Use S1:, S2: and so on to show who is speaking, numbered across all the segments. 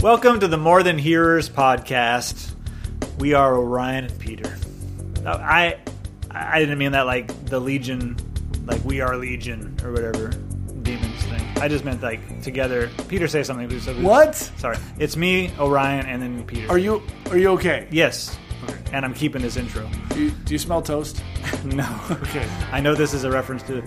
S1: Welcome to the More Than Hearers podcast. We are Orion and Peter. Uh, I I didn't mean that like the Legion, like we are Legion or whatever demons thing. I just meant like together. Peter, say something. Please. So we-
S2: What?
S1: Sorry, it's me, Orion, and then Peter.
S2: Are you are you okay?
S1: Yes. And I'm keeping this intro.
S2: Do you, do you smell toast?
S1: No.
S2: Okay,
S1: I know this is a reference to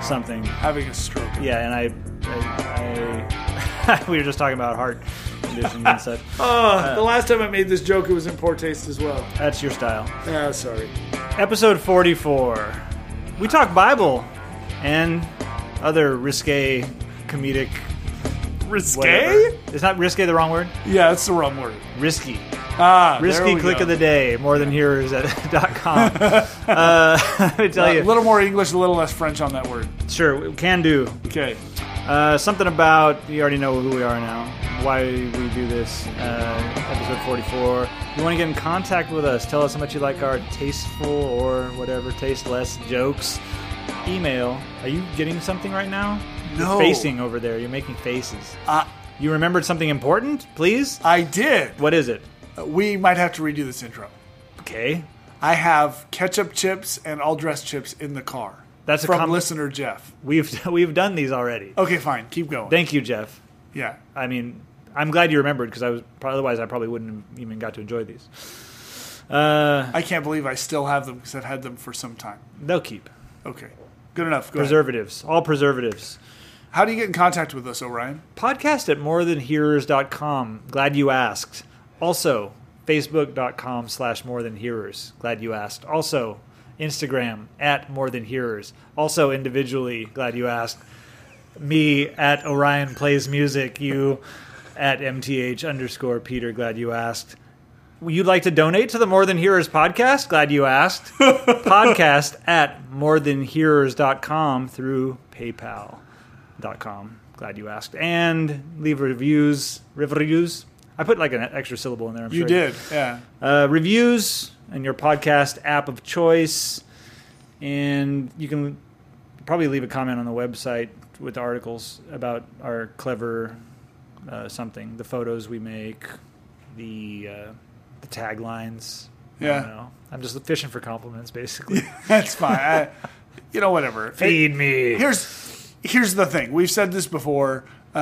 S1: something.
S2: having a stroke.
S1: Yeah, and I, I, I we were just talking about heart conditions and such.
S2: Uh, the last time I made this joke, it was in poor taste as well.
S1: That's your style.
S2: Yeah, sorry.
S1: Episode 44. We talk Bible and other risque comedic. whatever. Is not risque the wrong word?
S2: Yeah, that's the wrong word.
S1: Risky.
S2: Ah, there
S1: Risky
S2: we
S1: click
S2: go.
S1: of the day, more than hearers at dot com. uh, let me tell
S2: A
S1: you.
S2: little more English, a little less French on that word.
S1: Sure, can do.
S2: Okay.
S1: Uh, something about you already know who we are now, why we do this. Uh, episode forty-four. You want to get in contact with us? Tell us how much you like our tasteful or whatever tasteless jokes. Email. Are you getting something right now? You're
S2: No.
S1: facing over there. You're making faces.
S2: Uh,
S1: You remembered something important? Please.
S2: I did.
S1: What is it?
S2: We might have to redo this intro.
S1: Okay.
S2: I have ketchup chips and all dressed chips in the car.
S1: That's a
S2: from
S1: com-
S2: listener Jeff.
S1: We've we've done these already.
S2: Okay, fine. Keep going.
S1: Thank you, Jeff.
S2: yeah.
S1: I mean, I'm glad you remembered because I was otherwise I probably wouldn't have even got to enjoy these. Uh,
S2: I can't believe I still have them because I've had them for some time.
S1: they'll keep.
S2: Okay. Good enough. Go ahead.
S1: preservatives all preservatives
S2: How do you get in contact with us, Orion?
S1: podcast at morethanhearers.com glad you asked also facebook.com slash morethanhearers glad you asked also instagram at morethanhearers also individually glad you asked me at orion plays music you at mth underscore peter glad you asked you'd like to donate to the more than hearers podcast glad you asked podcast at morethanhearers.com through paypal dot com. Glad you asked. And leave reviews. Reviews. I put like an extra syllable in there. I'm
S2: You
S1: sure.
S2: did. Yeah.
S1: Uh, reviews and your podcast app of choice. And you can probably leave a comment on the website with the articles about our clever uh, something, the photos we make, the uh, the taglines. I
S2: Yeah.
S1: don't know. I'm just fishing for compliments, basically.
S2: That's fine. I, you know, whatever.
S1: Feed me.
S2: Here's here's the thing. We've said this before. Uh,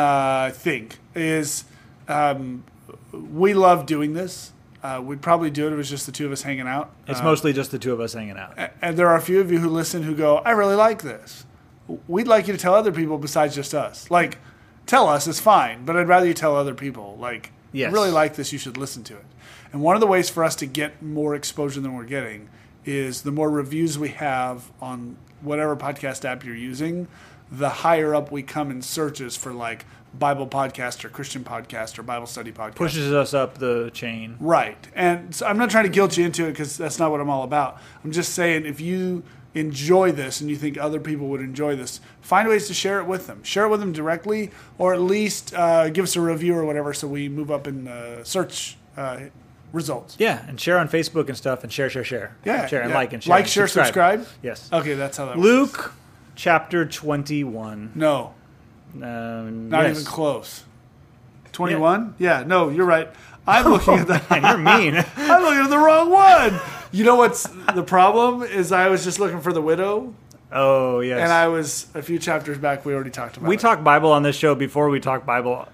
S2: I think is um, we love doing this. Uh, we'd probably do it if it was just the two of us hanging out.
S1: it's
S2: Uh,
S1: mostly just the two of us hanging out.
S2: a- and there are a few of you who listen who go, "I really like this." We'd like you to tell other people besides just us. Like, tell us is fine, but I'd rather you tell other people. Like,
S1: Yes.
S2: I really like this. You should listen to it. And one of the ways for us to get more exposure than we're getting is the more reviews we have on whatever podcast app you're using, the higher up we come in searches for like Bible podcast or Christian podcast or Bible study podcast.
S1: Pushes us up the chain.
S2: Right. And so I'm not trying to guilt you into it because that's not what I'm all about. I'm just saying if you enjoy this and you think other people would enjoy this, find ways to share it with them. Share it with them directly or at least uh, give us a review or whatever so we move up in the search uh, results.
S1: Yeah, and share on Facebook and stuff, and share, share, share.
S2: Yeah,
S1: share and
S2: yeah.
S1: like and share.
S2: Like, share, subscribe?
S1: Yes.
S2: Okay, that's how that works.
S1: Luke chapter 21.
S2: No,
S1: Um,
S2: not
S1: yes.
S2: even close. 21? Yeah. no, you're right. I'm looking at that.
S1: Man, you're mean.
S2: I'm looking at the wrong one. You know what's the problem is I was just looking for the widow
S1: oh, yes.
S2: And I was a few chapters back. We already talked about.
S1: we
S2: it.
S1: talk Bible on this show before we talk Bible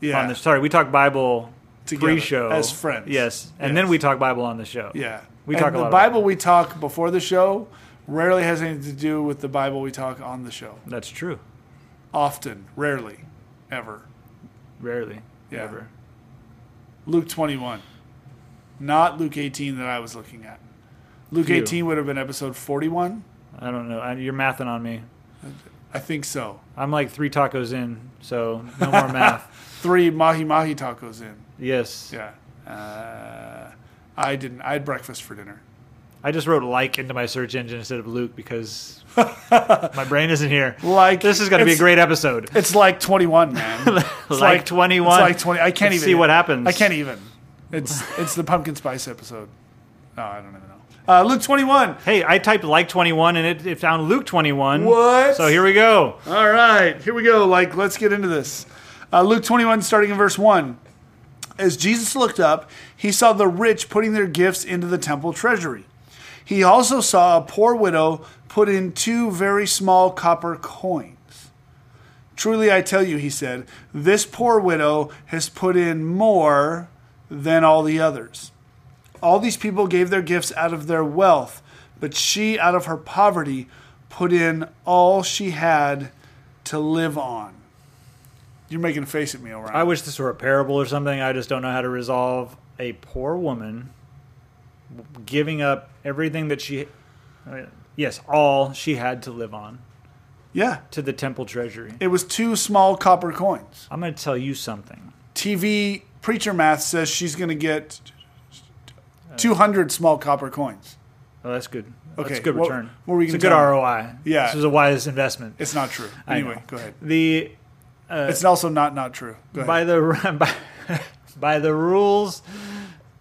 S2: yeah,
S1: on the Sorry, we talk Bible
S2: Together,
S1: pre-show.
S2: as friends.
S1: Yes. And
S2: Yes.
S1: then we talk Bible on the show.
S2: yeah.
S1: We
S2: And
S1: talk a
S2: the
S1: lot about
S2: Bible. we talk before the show rarely has anything to do with the Bible we talk on the show.
S1: That's true.
S2: Often, rarely, ever.
S1: Rarely.
S2: Yeah.
S1: Ever.
S2: Luke twenty one, not Luke eighteen that I was looking at. Luke
S1: You.
S2: eighteen would have been episode forty one.
S1: I don't know. I, you're mathing on me.
S2: I think so.
S1: I'm like three tacos in, so no more math.
S2: Three mahi mahi tacos in.
S1: Yes.
S2: Yeah. Uh, I didn't. I had breakfast for dinner.
S1: I just wrote like into my search engine instead of Luke because my brain isn't here.
S2: Like
S1: This is going to be a
S2: it's-
S1: great episode. It's
S2: It's like 21, man. It's
S1: like, 21.
S2: It's like 20. I can't
S1: Let's
S2: even
S1: see what happens.
S2: I can't even. It's it's the pumpkin spice episode. Oh, I don't even know. Uh, Luke 21.
S1: Hey, I typed like 21 and it, it found Luke 21.
S2: What?
S1: So here we go.
S2: All right, here we go. Like, let's get into this. Uh, Luke 21, starting in verse 1. as Jesus looked up, he saw the rich putting their gifts into the temple treasury. He also saw a poor widow put in two very small copper coins. Truly, I tell you, he said, this poor widow has put in more than all the others. All these people gave their gifts out of their wealth, but she, out of her poverty, put in all she had to live on. You're making a face at me, O'Reilly.
S1: I wish this were a parable or something. I just don't know how to resolve a poor woman giving up everything that she, uh, yes, all she had to live on
S2: yeah,
S1: to the temple treasury.
S2: it was two small copper coins.
S1: I'm going to tell you something.
S2: TV preacher math says she's going to get 200 small copper coins.
S1: Oh, that's good.
S2: Okay,
S1: that's a good
S2: what-
S1: return.
S2: what were you
S1: it's a
S2: gonna
S1: good
S2: tell me?
S1: ROI.
S2: Yeah.
S1: this was a wise investment.
S2: It's not true.
S1: I know.
S2: Anyway, go ahead.
S1: The
S2: it's also not not true. Go ahead.
S1: by the by, by the rules.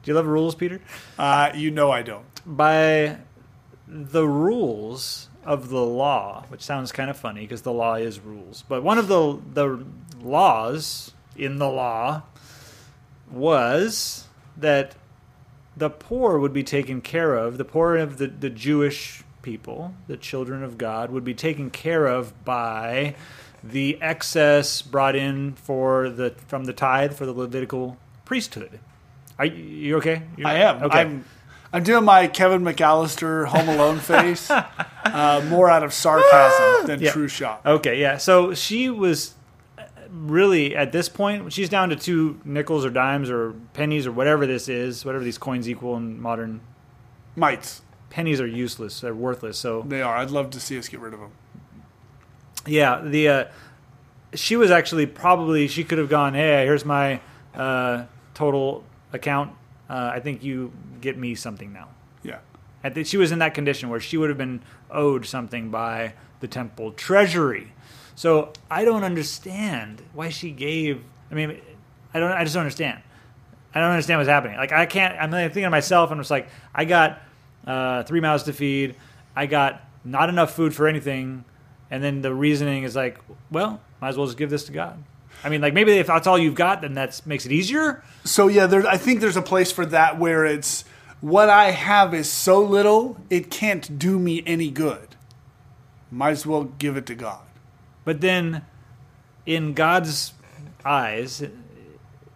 S1: Do you love rules, Peter?
S2: Uh, you know I don't.
S1: by the rules of the law, which sounds kind of funny because the law is rules, but one of the the laws in the law was that the poor would be taken care of, the poor of the, the Jewish people, the children of God, would be taken care of by the excess brought in for the from the tithe for the Levitical priesthood. Are you, you okay? You're-
S2: I am. I'm, I'm doing my Kevin McAllister Home Alone face, uh, more out of sarcasm than
S1: Yeah.
S2: true shock.
S1: Okay, yeah. So she was uh, really at this point she's down to two nickels or dimes or pennies or whatever this is, whatever these coins equal in modern
S2: Mites,
S1: pennies are useless, they're worthless. So
S2: they are. I'd love to see us get rid of them.
S1: yeah, the uh, she was actually probably she could have gone, "Hey, here's my uh, total account. Uh, I think you get me something now."
S2: Yeah,
S1: I think she was in that condition where she would have been owed something by the temple treasury. So I don't understand why she gave. I mean, I don't. I just don't understand. I don't understand what's happening. Like I can't. I'm like, thinking to myself, and I'm just like, I got uh, three mouths to feed. I got not enough food for anything, and then the reasoning is like, well, might as well just give this to God. I mean, like maybe if that's all you've got, then that makes it easier.
S2: So yeah, there, I think there's a place for that where it's what I have is so little it can't do me any good. Might as well give it to God.
S1: But then, in God's eyes,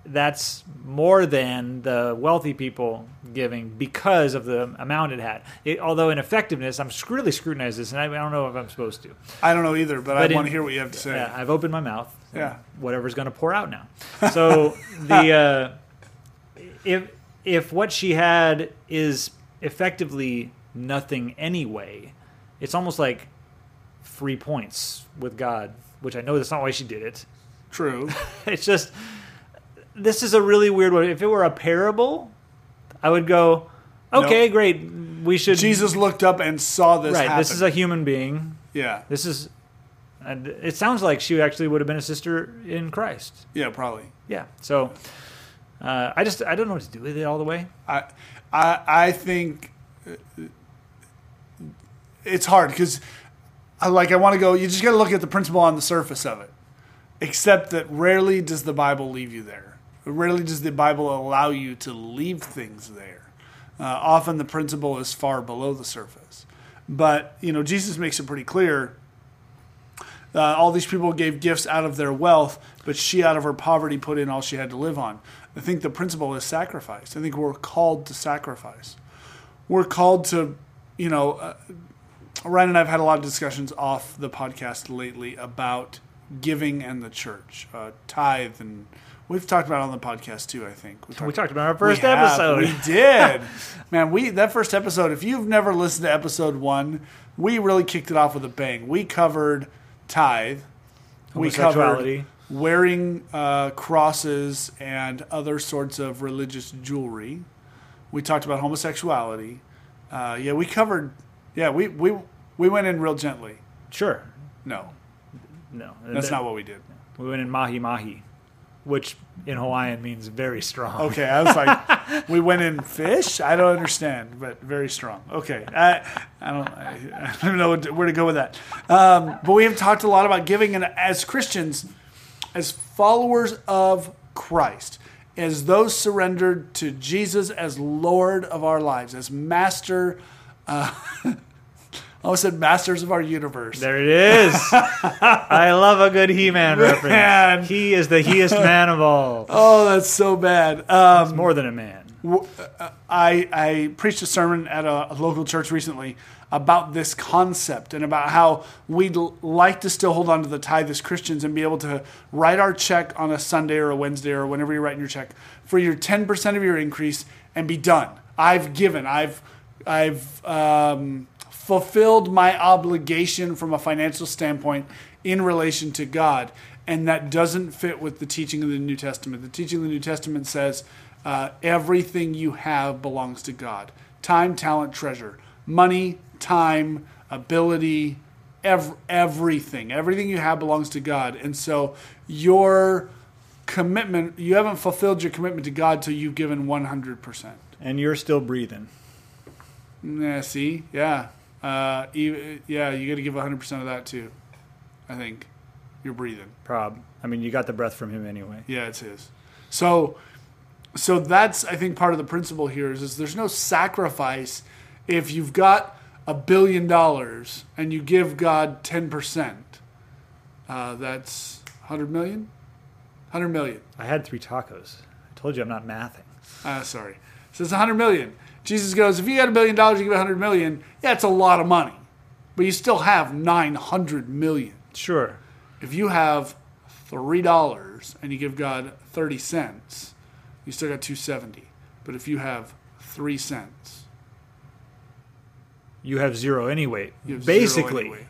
S1: that's more than the wealthy people giving because of the amount it had. It, although in effectiveness, I'm scr- really scrutinized this, and I, I don't know if I'm supposed to.
S2: I don't know either, but,
S1: But
S2: I
S1: in-
S2: want to hear what you have to say.
S1: Yeah, I've opened my mouth. and
S2: Yeah.
S1: Whatever's going to pour out now. So the uh, if if what she had is effectively nothing anyway, it's almost like free points with God, which I know that's not why she did it.
S2: True.
S1: It's just this is a really weird one. If it were a parable, I would go, okay, great. We should
S2: Jesus looked up and saw this
S1: right.
S2: happen.
S1: This is a human being.
S2: yeah,
S1: This is, and it sounds like she actually would have been a sister in Christ.
S2: yeah, probably.
S1: Yeah. So, uh, I just I don't know what to do with it all the way.
S2: I, I, I think uh, it's hard because, I, like, I want to go. You just got to look at the principle on the surface of it. Except that rarely does the Bible leave you there. Rarely does the Bible allow you to leave things there. Uh, often the principle is far below the surface. But you know, Jesus makes it pretty clear. Uh, all these people gave gifts out of their wealth, but she out of her poverty put in all she had to live on. I think the principle is sacrifice. I think we're called to sacrifice. We're called to, you know, uh, Ryan and I have had a lot of discussions off the podcast lately about giving and the church, uh, tithe, and we've talked about it on the podcast too. I think
S1: We talked about our first
S2: we have.
S1: episode.
S2: We did, man. We that first episode. If you've never listened to episode one, we really kicked it off with a bang. We covered tithe. We
S1: Homosexuality.
S2: covered wearing uh, crosses and other sorts of religious jewelry. We talked about homosexuality. Uh, yeah, we covered. Yeah, we we we went in real gently.
S1: Sure.
S2: No,
S1: No,
S2: that's not what we did.
S1: We went in mahi mahi, which in Hawaiian means very strong.
S2: Okay, I was like, we went in fish. I don't understand, but very strong. Okay, I, I don't, I, I don't know what to- where to go with that. Um, but we have talked a lot about giving, and as Christians, as followers of Christ, as those surrendered to Jesus as Lord of our lives, as Master. Uh, I almost said Masters of our universe.
S1: There it is. I love a good He-Man reference.
S2: Man.
S1: He is the heest man of all.
S2: Oh, that's so bad. Um,
S1: More than a man.
S2: w- uh, I, I preached a sermon at a, a local church recently about this concept and about how we'd l- like to still hold on to the tithe as Christians and be able to write our check on a Sunday or a Wednesday or whenever you're writing your check for your 10% of your increase and be done. I've given. I've I've um, fulfilled my obligation from a financial standpoint in relation to God. And that doesn't fit with the teaching of the New Testament. The teaching of the New Testament says uh, everything you have belongs to God time, talent, treasure, money, time, ability, ev- everything. Everything you have belongs to God. And so your commitment, you haven't fulfilled your commitment to God till you've given 100%.
S1: And you're still breathing.
S2: Yeah, see? Yeah. Uh, e- yeah, you got to give 100% of that too. I think you're breathing.
S1: Prob. I mean, you got the breath from him anyway.
S2: Yeah, it's his. So so that's I think part of the principle here is, is there's no sacrifice if you've got a billion dollars and you give God 10%. Uh, that's 100 million? 100 million.
S1: I had three tacos. I told you I'm not mathing.
S2: Uh, sorry. So it's 100 million. Jesus goes, if you had a billion dollars, you give 100 million. Yeah, it's a lot of money. But you still have 900 million.
S1: Sure.
S2: If you have $3 and you give God 30 cents, you still got 270. But if you have 3 cents,
S1: You have zero anyway.
S2: you have zero
S1: Basically.
S2: anyway.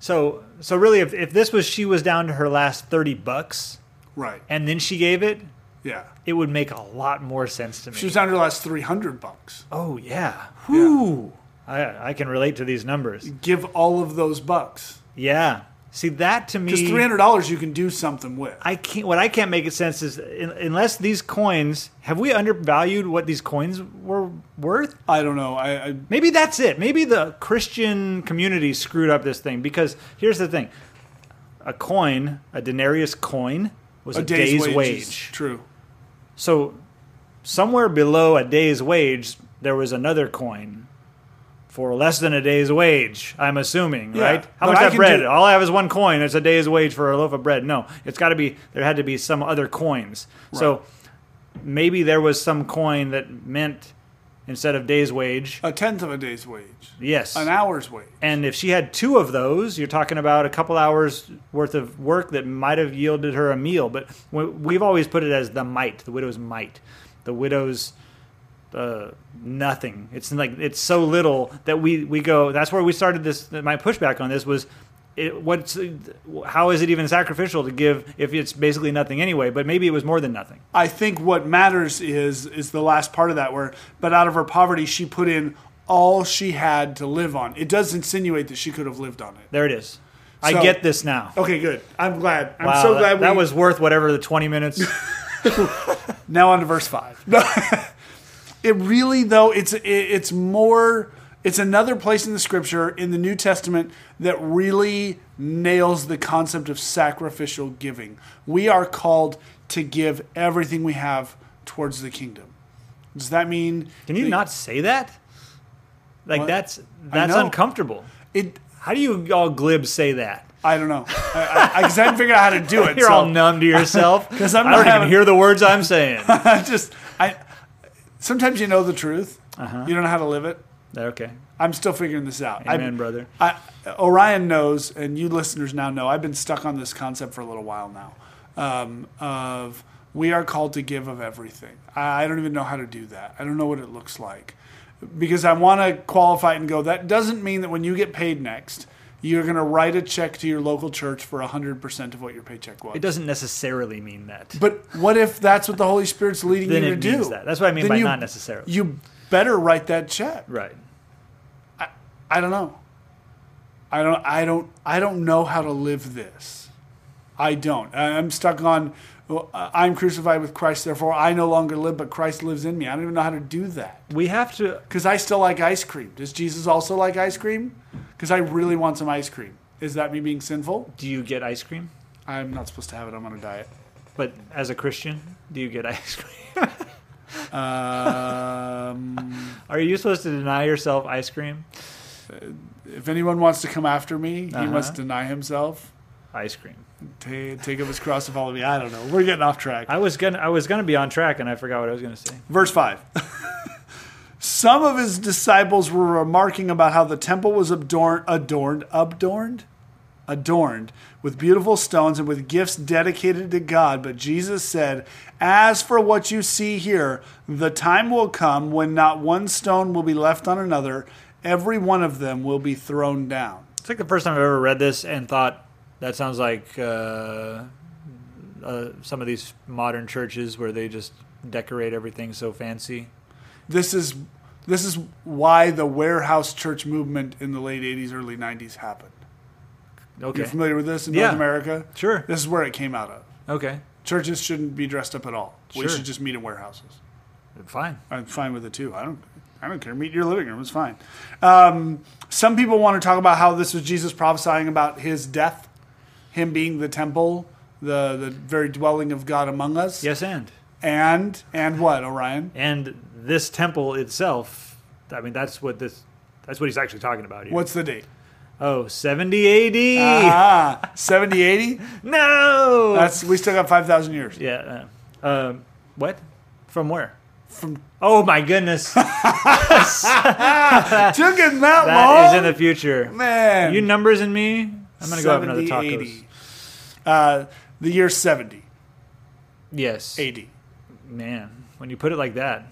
S1: So so really if if this was she was down to her last 30 bucks
S2: Right.
S1: and then she gave it,
S2: Yeah.
S1: it would make a lot more sense to me.
S2: She was down to the last 300 bucks.
S1: oh yeah. Whoo. I I can relate to these numbers.
S2: Give all of those bucks.
S1: Yeah. See that to me
S2: Because $300 you can do something with.
S1: I can't. What I can't make it sense is in, unless these coins have we undervalued what these coins were worth?
S2: I don't know. I, I
S1: Maybe that's it. Maybe the Christian community screwed up this thing because here's the thing: a coin, a denarius coin, was a, day's,
S2: is
S1: wage.
S2: True.
S1: So somewhere below a day's wage, there was another coin for less than a day's wage. I'm assuming,
S2: Yeah,
S1: right? How
S2: but
S1: much
S2: I
S1: that
S2: can
S1: bread?
S2: do-
S1: All I have is one coin. It's a day's wage for a loaf of bread. No, it's got to be. There had to be some other coins. So maybe there was some coin that meant instead of day's wage.
S2: A tenth of a day's wage.
S1: Yes.
S2: An hour's wage.
S1: And if she had two of those, you're talking about a couple hours worth of work that might have yielded her a meal. But we- we've always put it as the mite, the widow's mite, the widow's uh, nothing. It's like it's so little that we we go. That's where we started this. My pushback on this was. It, what's how is it even sacrificial to give if it's basically nothing anyway? But maybe it was more than nothing.
S2: I think what matters is is the last part of that where but out of her poverty she put in all she had to live on. It does insinuate that she could have lived on it.
S1: There it is.
S2: So-
S1: I get this now.
S2: Okay, good. I'm glad. I'm
S1: Wow,
S2: so
S1: that-
S2: glad we
S1: that was worth whatever the twenty minutes.
S2: now on to verse 5. it really though it's it, it's more it's another place in the scripture in the New Testament that really nails the concept of sacrificial giving. We are called to give everything we have towards the kingdom. Does that mean
S1: Can you
S2: that-
S1: not say that? Like
S2: What?
S1: that's that's
S2: know.
S1: uncomfortable.
S2: it
S1: How do you all glib say that?
S2: I don't know. Because I, haven't figured out how to do it.
S1: You're
S2: so
S1: all numb to yourself.
S2: 'Cause I'm
S1: I
S2: not
S1: don't even
S2: having-
S1: hear the words I'm saying.
S2: I just I sometimes you know the truth.
S1: Uh-huh.
S2: You don't know how to live it.
S1: okay,
S2: I'm still figuring this out.
S1: amen,
S2: I,
S1: brother.
S2: I, Orion knows, and you listeners now know. I've been stuck on this concept for a little while now. Um, of we are called to give of everything. I, I don't even know how to do that. I don't know what it looks like, because I want to qualify it and go. That doesn't mean that when you get paid next, you're going to write a check to your local church for hundred percent of what your paycheck was.
S1: It doesn't necessarily mean that.
S2: But what if that's what the Holy Spirit's leading
S1: then
S2: you
S1: it
S2: to
S1: means
S2: do?
S1: that. That's what I mean
S2: Then
S1: by
S2: you-
S1: not necessarily.
S2: You better write that check.
S1: right.
S2: I don't know. I don't. I don't. I don't know how to live this. I don't. I- I'm stuck on. well, I- I'm crucified with Christ. Therefore, I no longer live, but Christ lives in me. I don't even know how to do that
S1: We have to.
S2: because I still like ice cream. Does Jesus also like ice cream? Because I really want some ice cream. Is that me being sinful?
S1: Do you get ice cream?
S2: I'm not supposed to have it. I'm on a diet.
S1: But as a Christian, do you get ice cream?
S2: Um,
S1: Are you supposed to deny yourself ice cream?
S2: if anyone wants to come after me, he
S1: Uh-huh.
S2: must deny himself.
S1: Ice cream.
S2: Ta take up his cross and follow me. I don't know. We're getting off track.
S1: I was gonna I was gonna be on track and I forgot what I was gonna say.
S2: Verse 5. Some of his disciples were remarking about how the temple was adorned, adorned, adorned, adorned with beautiful stones and with gifts dedicated to God. But Jesus said, As for what you see here, the time will come when not one stone will be left on another, every one of them will be thrown down.
S1: It's like the first time I've ever read this and thought that sounds like uh, uh, some of these modern churches where they just decorate everything so fancy.
S2: This is. This is why the warehouse church movement in the late 80s, early 90s happened.
S1: Okay,
S2: You're familiar with this in
S1: Yeah.
S2: North America?
S1: sure.
S2: This is where it came out of.
S1: Okay,
S2: Churches shouldn't be dressed up at all. We
S1: Sure.
S2: should just meet in warehouses.
S1: fine.
S2: I'm fine with it too. I don't. I don't care. Meet in your living room. It's fine. Um, some people want to talk about how this was Jesus prophesying about his death, him being the temple, the the very dwelling of God among us.
S1: Yes, and
S2: And and what Orion?
S1: and this temple itself. I mean, that's what this. That's what he's actually talking about here.
S2: What's the date?
S1: Oh, 70 A.D.
S2: Ah, 70, 80?
S1: no.
S2: That's we still got five thousand years.
S1: yeah. Uh, um, what? From where?
S2: From
S1: Oh my goodness! that
S2: took him that,
S1: is
S2: long.
S1: in the future.
S2: Man,
S1: You numbers and me. I'm gonna go have another
S2: 70,
S1: tacos.
S2: 80. Uh, the year seventy.
S1: Yes.
S2: AD.
S1: Man, when you put it like that,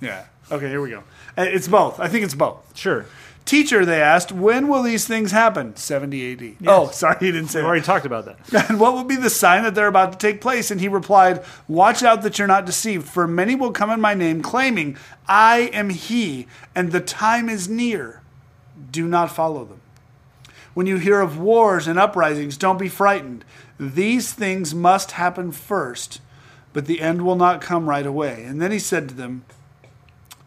S2: Yeah. Okay, here we go. Uh, It's both. I think it's both.
S1: sure.
S2: Teacher, they asked, when will these things happen? 70 AD. Oh, sorry, he didn't say
S1: We've
S2: that.
S1: already talked about that.
S2: And what will be the sign that they're about to take place? And he replied, Watch out that you're not deceived, for many will come in my name, claiming, I am he, and the time is near. Do not follow them. When you hear of wars and uprisings, don't be frightened. These things must happen first, but the end will not come right away. And then he said to them,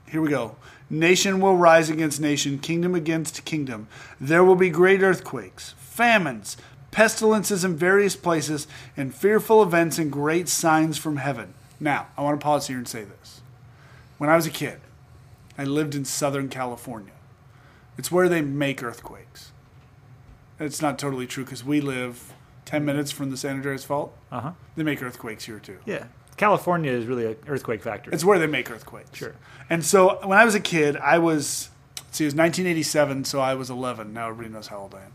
S2: Here we go. Nation will rise against nation, kingdom against kingdom. There will be great earthquakes, famines, pestilences in various places, and fearful events and great signs from heaven. Now, I want to pause here and say this. When I was a kid, I lived in Southern California. It's where they make earthquakes. It's not totally true because we live 10 minutes from the San Andreas Fault.
S1: Uh huh.
S2: They make earthquakes here too.
S1: Yeah. California is really an earthquake factory.
S2: It's where they make earthquakes.
S1: Sure.
S2: And so when I was a kid, I was, let's see, it was 1987, so I was 11. Now everybody knows how old I am.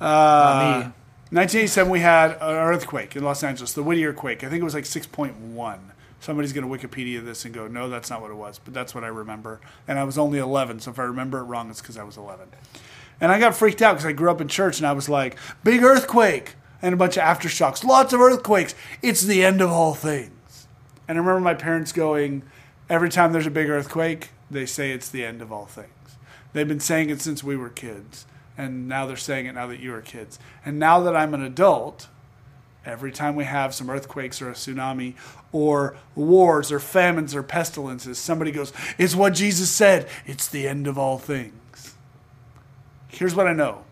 S2: Uh,
S1: me.
S2: 1987, we had an earthquake in Los Angeles, the Whittier quake. I think it was like 6.1. Somebody's going to Wikipedia this and go, no, that's not what it was, but that's what I remember. And I was only 11, so if I remember it wrong, it's because I was 11. And I got freaked out because I grew up in church and I was like, big earthquake and a bunch of aftershocks, lots of earthquakes. It's the end of all things. And I remember my parents going, every time there's a big earthquake, they say it's the end of all things. They've been saying it since we were kids, and now they're saying it now that you are kids. And now that I'm an adult, every time we have some earthquakes or a tsunami or wars or famines or pestilences, somebody goes, It's what Jesus said, it's the end of all things. Here's what I know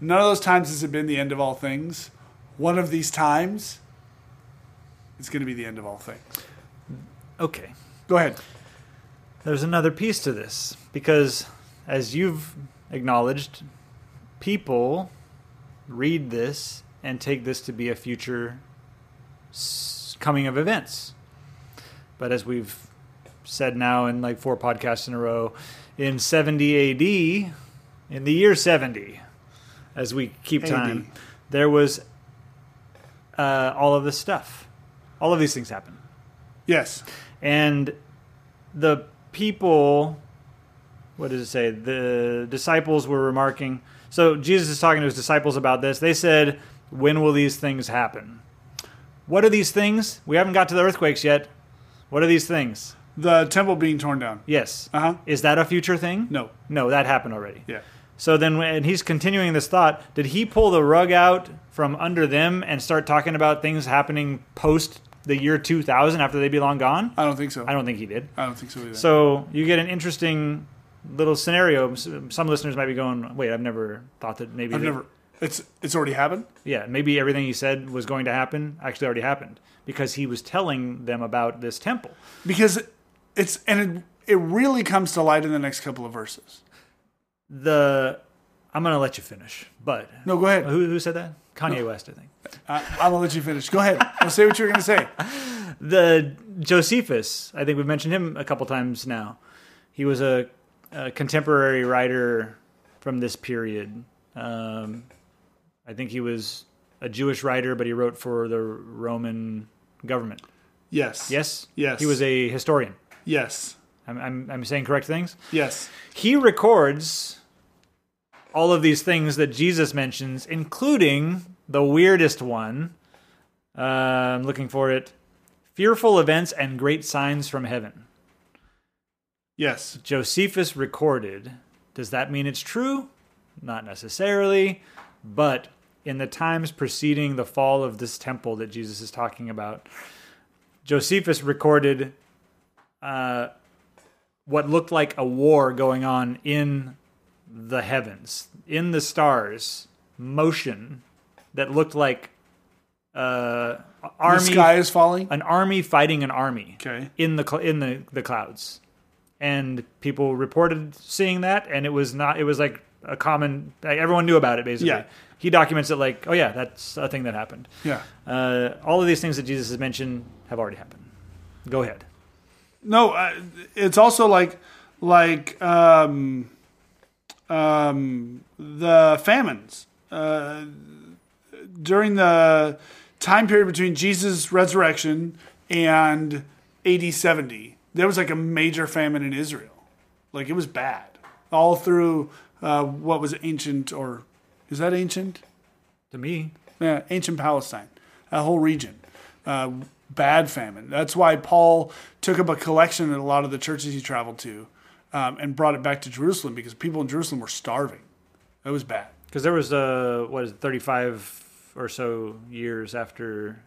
S2: none of those times has it been the end of all things. One of these times, it's going to be the end of all things.
S1: okay.
S2: Go ahead.
S1: There's another piece to this because, as you've acknowledged, people read this and take this to be a future s- coming of events. But as we've said now in like four podcasts in a row, in 70 AD, in the year 70, as we keep
S2: AD.
S1: time, there was uh, all of this stuff. All of these things happened
S2: Yes.
S1: and the people what does it say the disciples were remarking so jesus is talking to his disciples about this they said when will these things happen what are these things we haven't got to the earthquakes yet what are these things
S2: The temple being torn down.
S1: yes
S2: Uh huh.
S1: is that a future thing
S2: No.
S1: no that happened already
S2: Yeah.
S1: so then when- and he's continuing this thought did he pull the rug out from under them and start talking about things happening post the year 2000 after they be long gone
S2: I don't think so. I
S1: i
S2: don't,
S1: don't think he did
S2: think so either.
S1: so you get an interesting little scenario. S- Some listeners might be going, "Wait, I've never thought that maybe
S2: I've
S1: they-
S2: never It's it's already happened.
S1: Yeah, maybe everything he said was going to happen actually already happened because he was telling them about this temple.
S2: because it's and it, it really comes to light in the next couple of verses.
S1: The I'm going to let you finish, but
S2: No, go ahead.
S1: who, who said that? Kanye West, I think.
S2: I, I'm gonna let you finish. Go ahead. I'll say what you're gonna say.
S1: The Josephus, I think we've mentioned him a couple times now. He was a, a contemporary writer from this period. Um, I think he was a Jewish writer, but he wrote for the Roman government.
S2: Yes.
S1: Yes.
S2: Yes.
S1: He was a historian.
S2: Yes.
S1: I'm, I'm, I'm saying correct things.
S2: Yes.
S1: He records all of these things that Jesus mentions, including the weirdest one. Uh, I'm looking for it. Fearful events and great signs from heaven.
S2: Yes.
S1: Josephus recorded. Does that mean it's true? Not necessarily, but in the times preceding the fall of this temple that Jesus is talking about, Josephus recorded uh, what looked like a war going on in the heavens, in the stars, motion that looked like uh,
S2: The
S1: army
S2: sky is falling.
S1: an army fighting an army
S2: Okay.
S1: in the cl- in the, the clouds and people reported seeing that and it was not it was like a common like everyone knew about it basically
S2: Yeah.
S1: he documents it like oh yeah that's a thing that happened
S2: Yeah.
S1: uh, all of these things that jesus has mentioned have already happened go ahead
S2: No, uh, it's also like like um, um, the famines uh, during the time period between Jesus' resurrection and AD 70. There was like a major famine in Israel. Like it was bad all through uh, what was ancient or is that ancient?
S1: to me
S2: Yeah, ancient Palestine, a whole region. Uh, bad famine. That's why Paul took up a collection at a lot of the churches he traveled to um, and brought it back to Jerusalem because people in Jerusalem were starving. That was bad.
S1: because there was uh, what is it, 35 or so years after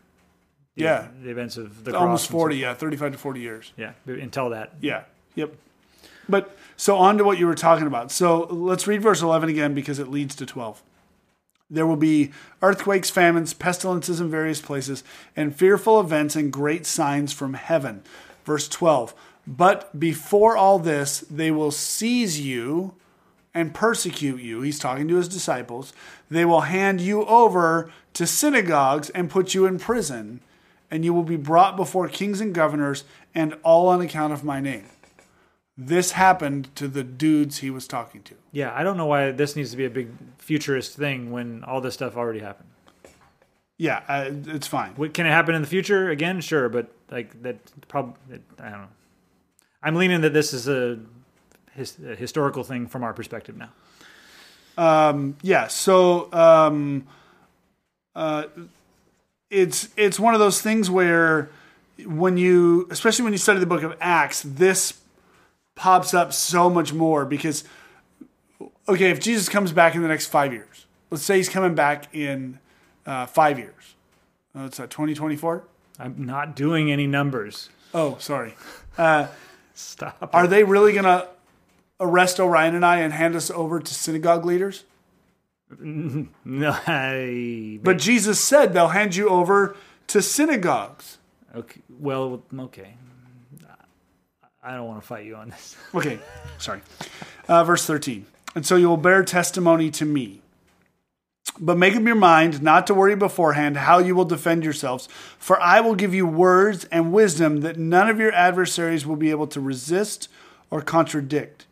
S1: the,
S2: Yeah.
S1: the events of the cross
S2: Almost
S1: and so-
S2: 40, yeah, 35 to 40 years.
S1: yeah until that
S2: Yeah, yep. But so on to what you were talking about. So let's read verse 11 again because it leads to 12. There will be earthquakes, famines, pestilences in various places, and fearful events and great signs from heaven. Verse 12. But before all this, they will seize you and persecute you. He's talking to his disciples. They will hand you over to synagogues and put you in prison, and you will be brought before kings and governors, and all on account of my name. This happened to the dudes he was talking to.
S1: yeah i don't know why this needs to be a big futurist thing when all this stuff already happened
S2: Yeah, uh, it's fine.
S1: What, can it happen in the future again? Sure, but like that probably I don't know. I'm leaning that this is a, his, a historical thing from our perspective now.
S2: Um, yeah so um uh it's it's one of those things where when you especially when you study the book of acts this pops up so much more because okay if jesus comes back in the next five years let's say he's coming back in uh, five years uh, it's 2024
S1: I'm not doing any numbers.
S2: oh sorry
S1: Stop.
S2: are they really gonna arrest orion and i and hand us over to synagogue leaders
S1: No, I,
S2: but jesus said they'll hand you over to synagogues
S1: okay. Well, okay. I don't want to fight you on this.
S2: Okay, sorry. Uh, verse 13. And so you will bear testimony to me. But make up your mind not to worry beforehand how you will defend yourselves, for I will give you words and wisdom that none of your adversaries will be able to resist or contradict.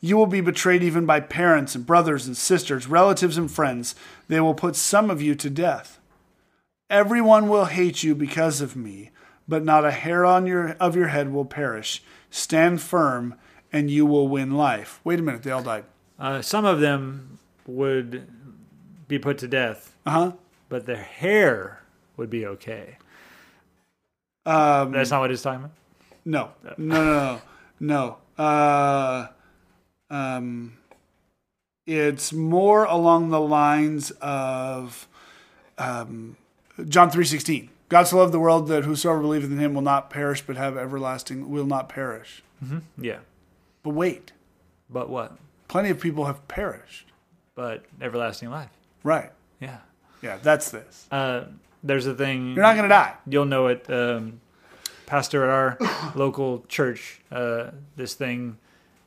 S2: You will be betrayed even by parents and brothers and sisters, relatives and friends. They will put some of you to death. Everyone will hate you because of me, but not a hair on your of your head will perish. Stand firm, and you will win life. Wait a minute, they all died.
S1: Uh, some of them would be put to death,
S2: Uh
S1: but their hair would be okay.
S2: huh. Um,
S1: That's not what it's talking about.
S2: no, no, no, no, no. Uh, um, it's more along the lines of um, John three sixteen. God so loved the world that whosoever believeth in him will not perish, but have everlasting will not perish.
S1: Yeah,
S2: But wait,
S1: but what?
S2: plenty of people have perished.
S1: But everlasting life.
S2: Right.
S1: Yeah.
S2: Yeah, that's this.
S1: Uh, there's a thing.
S2: You're not going to die.
S1: you'll know it. Um, pastor at our local church, uh, this thing,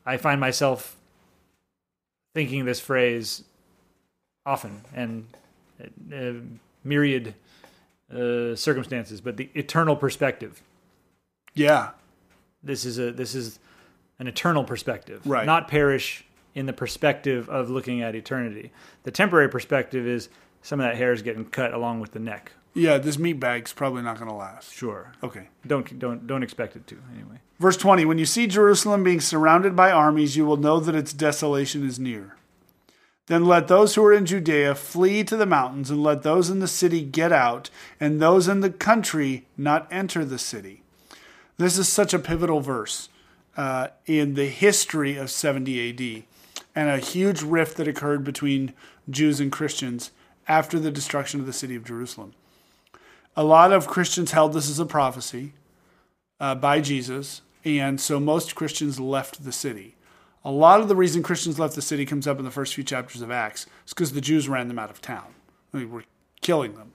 S1: I find myself thinking this phrase often and uh, myriad uh, circumstances, but the eternal perspective.
S2: Yeah.
S1: This is a this is an eternal perspective,
S2: Right.
S1: Not perish in the perspective of looking at eternity. The temporary perspective is some of that hair is getting cut along with the neck.
S2: Yeah, this meat bag's probably not going to last.
S1: Sure,
S2: Okay.
S1: don't don't don't expect it to anyway.
S2: Verse 20 When you see Jerusalem being surrounded by armies, you will know that its desolation is near. Then let those who are in Judea flee to the mountains, and let those in the city get out, and those in the country not enter the city. This is such a pivotal verse uh, in the history of 70 AD and a huge rift that occurred between Jews and Christians after the destruction of the city of Jerusalem. A lot of Christians held this as a prophecy uh, by Jesus, and so most Christians left the city. A lot of the reason Christians left the city comes up in the first few chapters of Acts. It's because the Jews ran them out of town. They were killing them,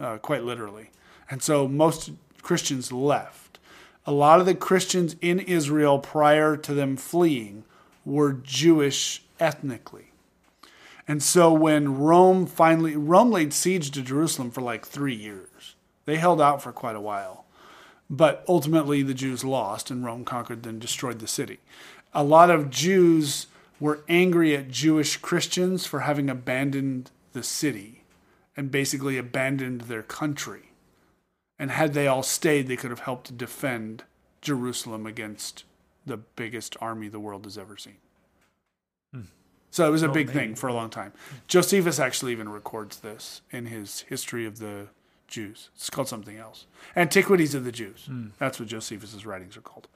S2: uh, quite literally. And so most Christians left. A lot of the Christians in Israel prior to them fleeing were Jewish ethnically. And so when Rome finally Rome laid siege to Jerusalem for like 3 years. They held out for quite a while. But ultimately the Jews lost and Rome conquered and destroyed the city. A lot of Jews were angry at Jewish Christians for having abandoned the city and basically abandoned their country. And had they all stayed, they could have helped defend Jerusalem against the biggest army the world has ever seen. So it was a big thing for a long time. Josephus actually even records this in his History of the Jews. It's called something else Antiquities of the Jews. That's what Josephus's writings are called.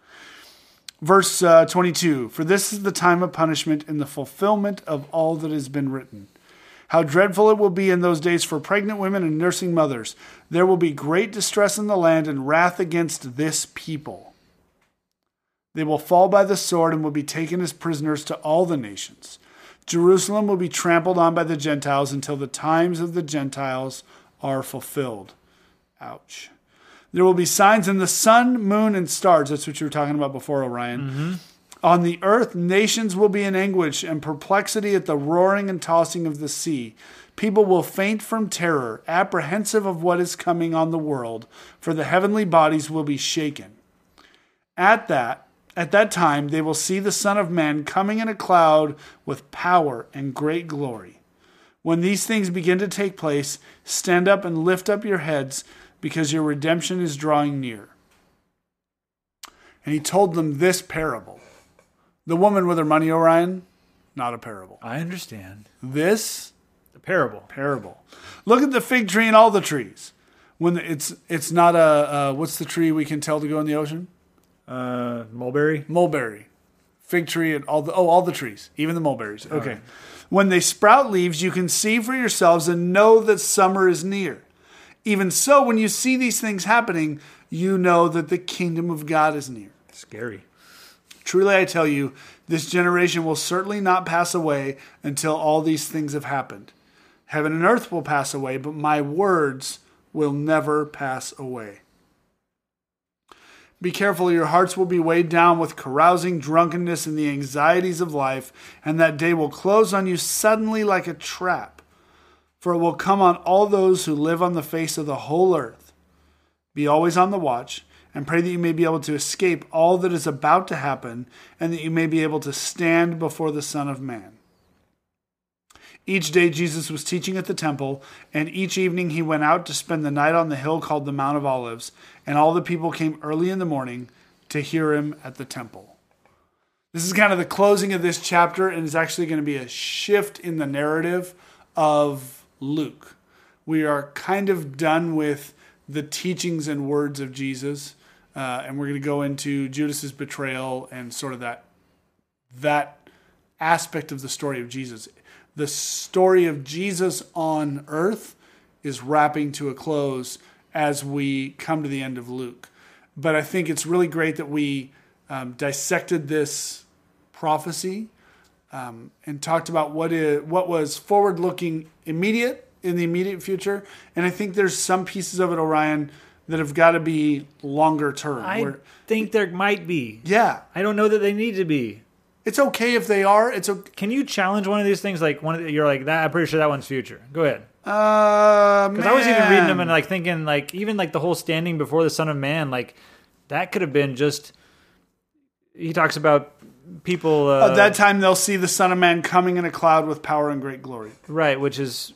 S2: Verse uh, 22 For this is the time of punishment and the fulfillment of all that has been written. How dreadful it will be in those days for pregnant women and nursing mothers. There will be great distress in the land and wrath against this people. They will fall by the sword and will be taken as prisoners to all the nations. Jerusalem will be trampled on by the Gentiles until the times of the Gentiles are fulfilled. Ouch. There will be signs in the sun, moon, and stars. That's what you were talking about before, Orion. On the earth, nations will be in anguish and perplexity at the roaring and tossing of the sea. People will faint from terror, apprehensive of what is coming on the world, for the heavenly bodies will be shaken. At that, at that time, they will see the Son of Man coming in a cloud with power and great glory. When these things begin to take place, stand up and lift up your heads, because your redemption is drawing near. And he told them this parable. The woman with her money, Orion, not a parable.
S1: I understand
S2: This
S1: the parable.
S2: parable. Look at the fig tree and all the trees. When it's it's not a uh, what's the tree we can tell to go in the ocean?
S1: Uh, mulberry.
S2: mulberry, fig tree, and all the oh all the trees, even the mulberries. Okay. When they sprout leaves, you can see for yourselves and know that summer is near. Even so, when you see these things happening, you know that the kingdom of God is near.
S1: Scary.
S2: Truly, I tell you, this generation will certainly not pass away until all these things have happened. Heaven and earth will pass away, but my words will never pass away. Be careful, your hearts will be weighed down with carousing, drunkenness, and the anxieties of life, and that day will close on you suddenly like a trap. For it will come on all those who live on the face of the whole earth. Be always on the watch, and pray that you may be able to escape all that is about to happen, and that you may be able to stand before the Son of Man. Each day Jesus was teaching at the temple, and each evening he went out to spend the night on the hill called the Mount of Olives, and all the people came early in the morning to hear him at the temple. This is kind of the closing of this chapter, and it's actually going to be a shift in the narrative of Luke. We are kind of done with the teachings and words of Jesus, uh, and we're going to go into Judas's betrayal and sort of that that aspect of the story of Jesus. The story of Jesus on earth is wrapping to a close as we come to the end of Luke. But I think it's really great that we um, dissected this prophecy um, and talked about what is, what was forward looking, immediate, in the immediate future. And I think there's some pieces of it, Orion, that have got to be longer term.
S1: I
S2: where-
S1: think there might be.
S2: yeah,
S1: I don't know that they need to be.
S2: it's okay if they are. It's okay.
S1: Can you challenge one of these things? Like one, of the, you're like that. I'm pretty sure that one's future. Go ahead.
S2: Uh,
S1: Because I was even reading them and like thinking, like even like the whole standing before the Son of Man, like that could have been just. He talks about people uh,
S2: At that time, they'll see the Son of Man coming in a cloud with power and great glory.
S1: right, which is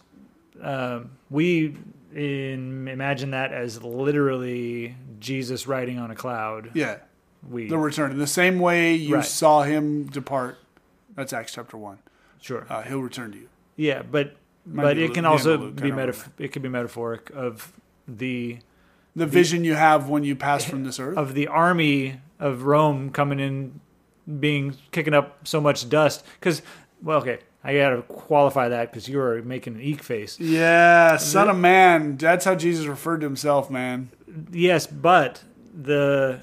S1: uh, we in, imagine that as literally Jesus riding on a cloud.
S2: Yeah,
S1: We
S2: the return. In the same way you
S1: Right.
S2: saw him depart. That's Acts chapter one.
S1: sure,
S2: Uh, he'll return to you.
S1: yeah, but but
S2: be
S1: it can
S2: Luke-
S1: also
S2: yeah, Luke, I
S1: be
S2: don't
S1: metaf- it could be metaphoric of the
S2: The vision you have when you pass from this earth.
S1: of the army of Rome coming in, being kicking up so much dust. Because, well, okay, I gotta qualify that because you were making an eek face.
S2: Yeah, son of man. That's how Jesus referred to himself, man.
S1: Yes, but the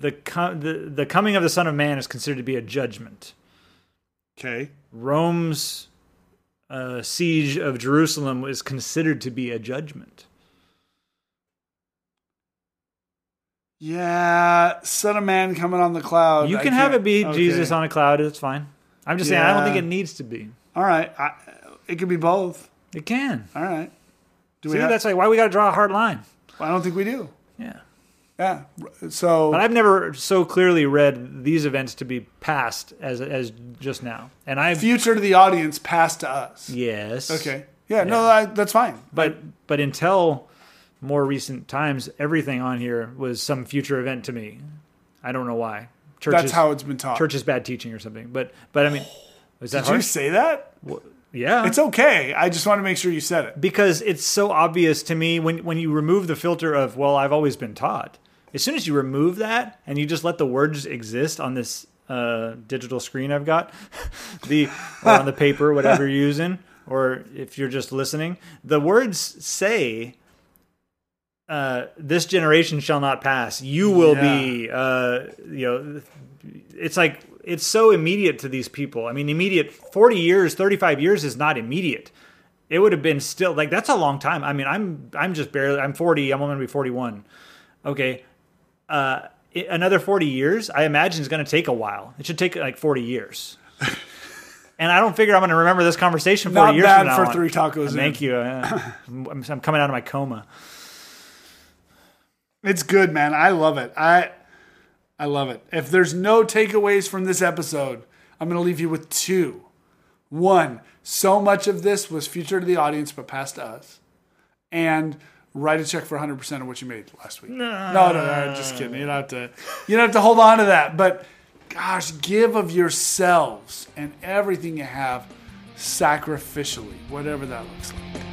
S1: the com- the the coming of the Son of Man is considered to be a judgment.
S2: Okay.
S1: Rome's uh, siege of Jerusalem is considered to be a judgment.
S2: Yeah, son of man coming on the cloud.
S1: You
S2: Oh, I
S1: can have
S2: can't-
S1: it be
S2: okay.
S1: Jesus on a cloud. It's fine. I'm just saying I don't
S2: Yeah.
S1: think it needs to be.
S2: All right. I, it could be both.
S1: It can.
S2: All right. Do
S1: See,
S2: we? Have,
S1: that's like why we got to draw a hard line.
S2: I don't think we do.
S1: Yeah.
S2: Yeah. So
S1: But I've never so clearly read these events to be past as as just now. And I've
S2: future to the audience, past to us.
S1: yes,
S2: Okay. Yeah. No, I, that's fine.
S1: but but until more recent times, everything on here was some future event to me. I don't know why. Church
S2: That's
S1: is,
S2: how it's been taught.
S1: church is bad teaching or something. But but I mean, is that
S2: Did you
S1: hard?
S2: say that?
S1: yeah,
S2: It's okay. I just want to make sure you said it.
S1: because it's so obvious to me when when you remove the filter of well, I've always been taught. As soon as you remove that and you just let the words exist on this uh, digital screen I've got, the or on the paper, whatever you're using, or if you're just listening, the words say. Uh, this generation shall not pass. You will be, uh, you know, it's like it's so immediate to these people. I mean, immediate 40 years, 35 years is not immediate. It would have been still like that's a long time. I mean, I'm I'm just barely I'm 40, I'm going to be 41. Okay. Uh i- another 40 years, I imagine is going to take a while. It should take like 40 years. and I don't figure I'm going to remember this conversation 40
S2: Not
S1: years from
S2: bad
S1: now
S2: for
S1: on.
S2: three tacos. in.
S1: Thank you. Uh, I'm, I'm coming out of my coma.
S2: It's good, man. I love it. I I love it. If there's no takeaways from this episode, I'm going to leave you with two. One, so much of this was future to the audience but past to us. And write a check for 100% of what you made last week. No, no, no, no just kidding. You don't have to you don't have to hold on to that, but gosh, give of yourselves and everything you have sacrificially, whatever that looks like.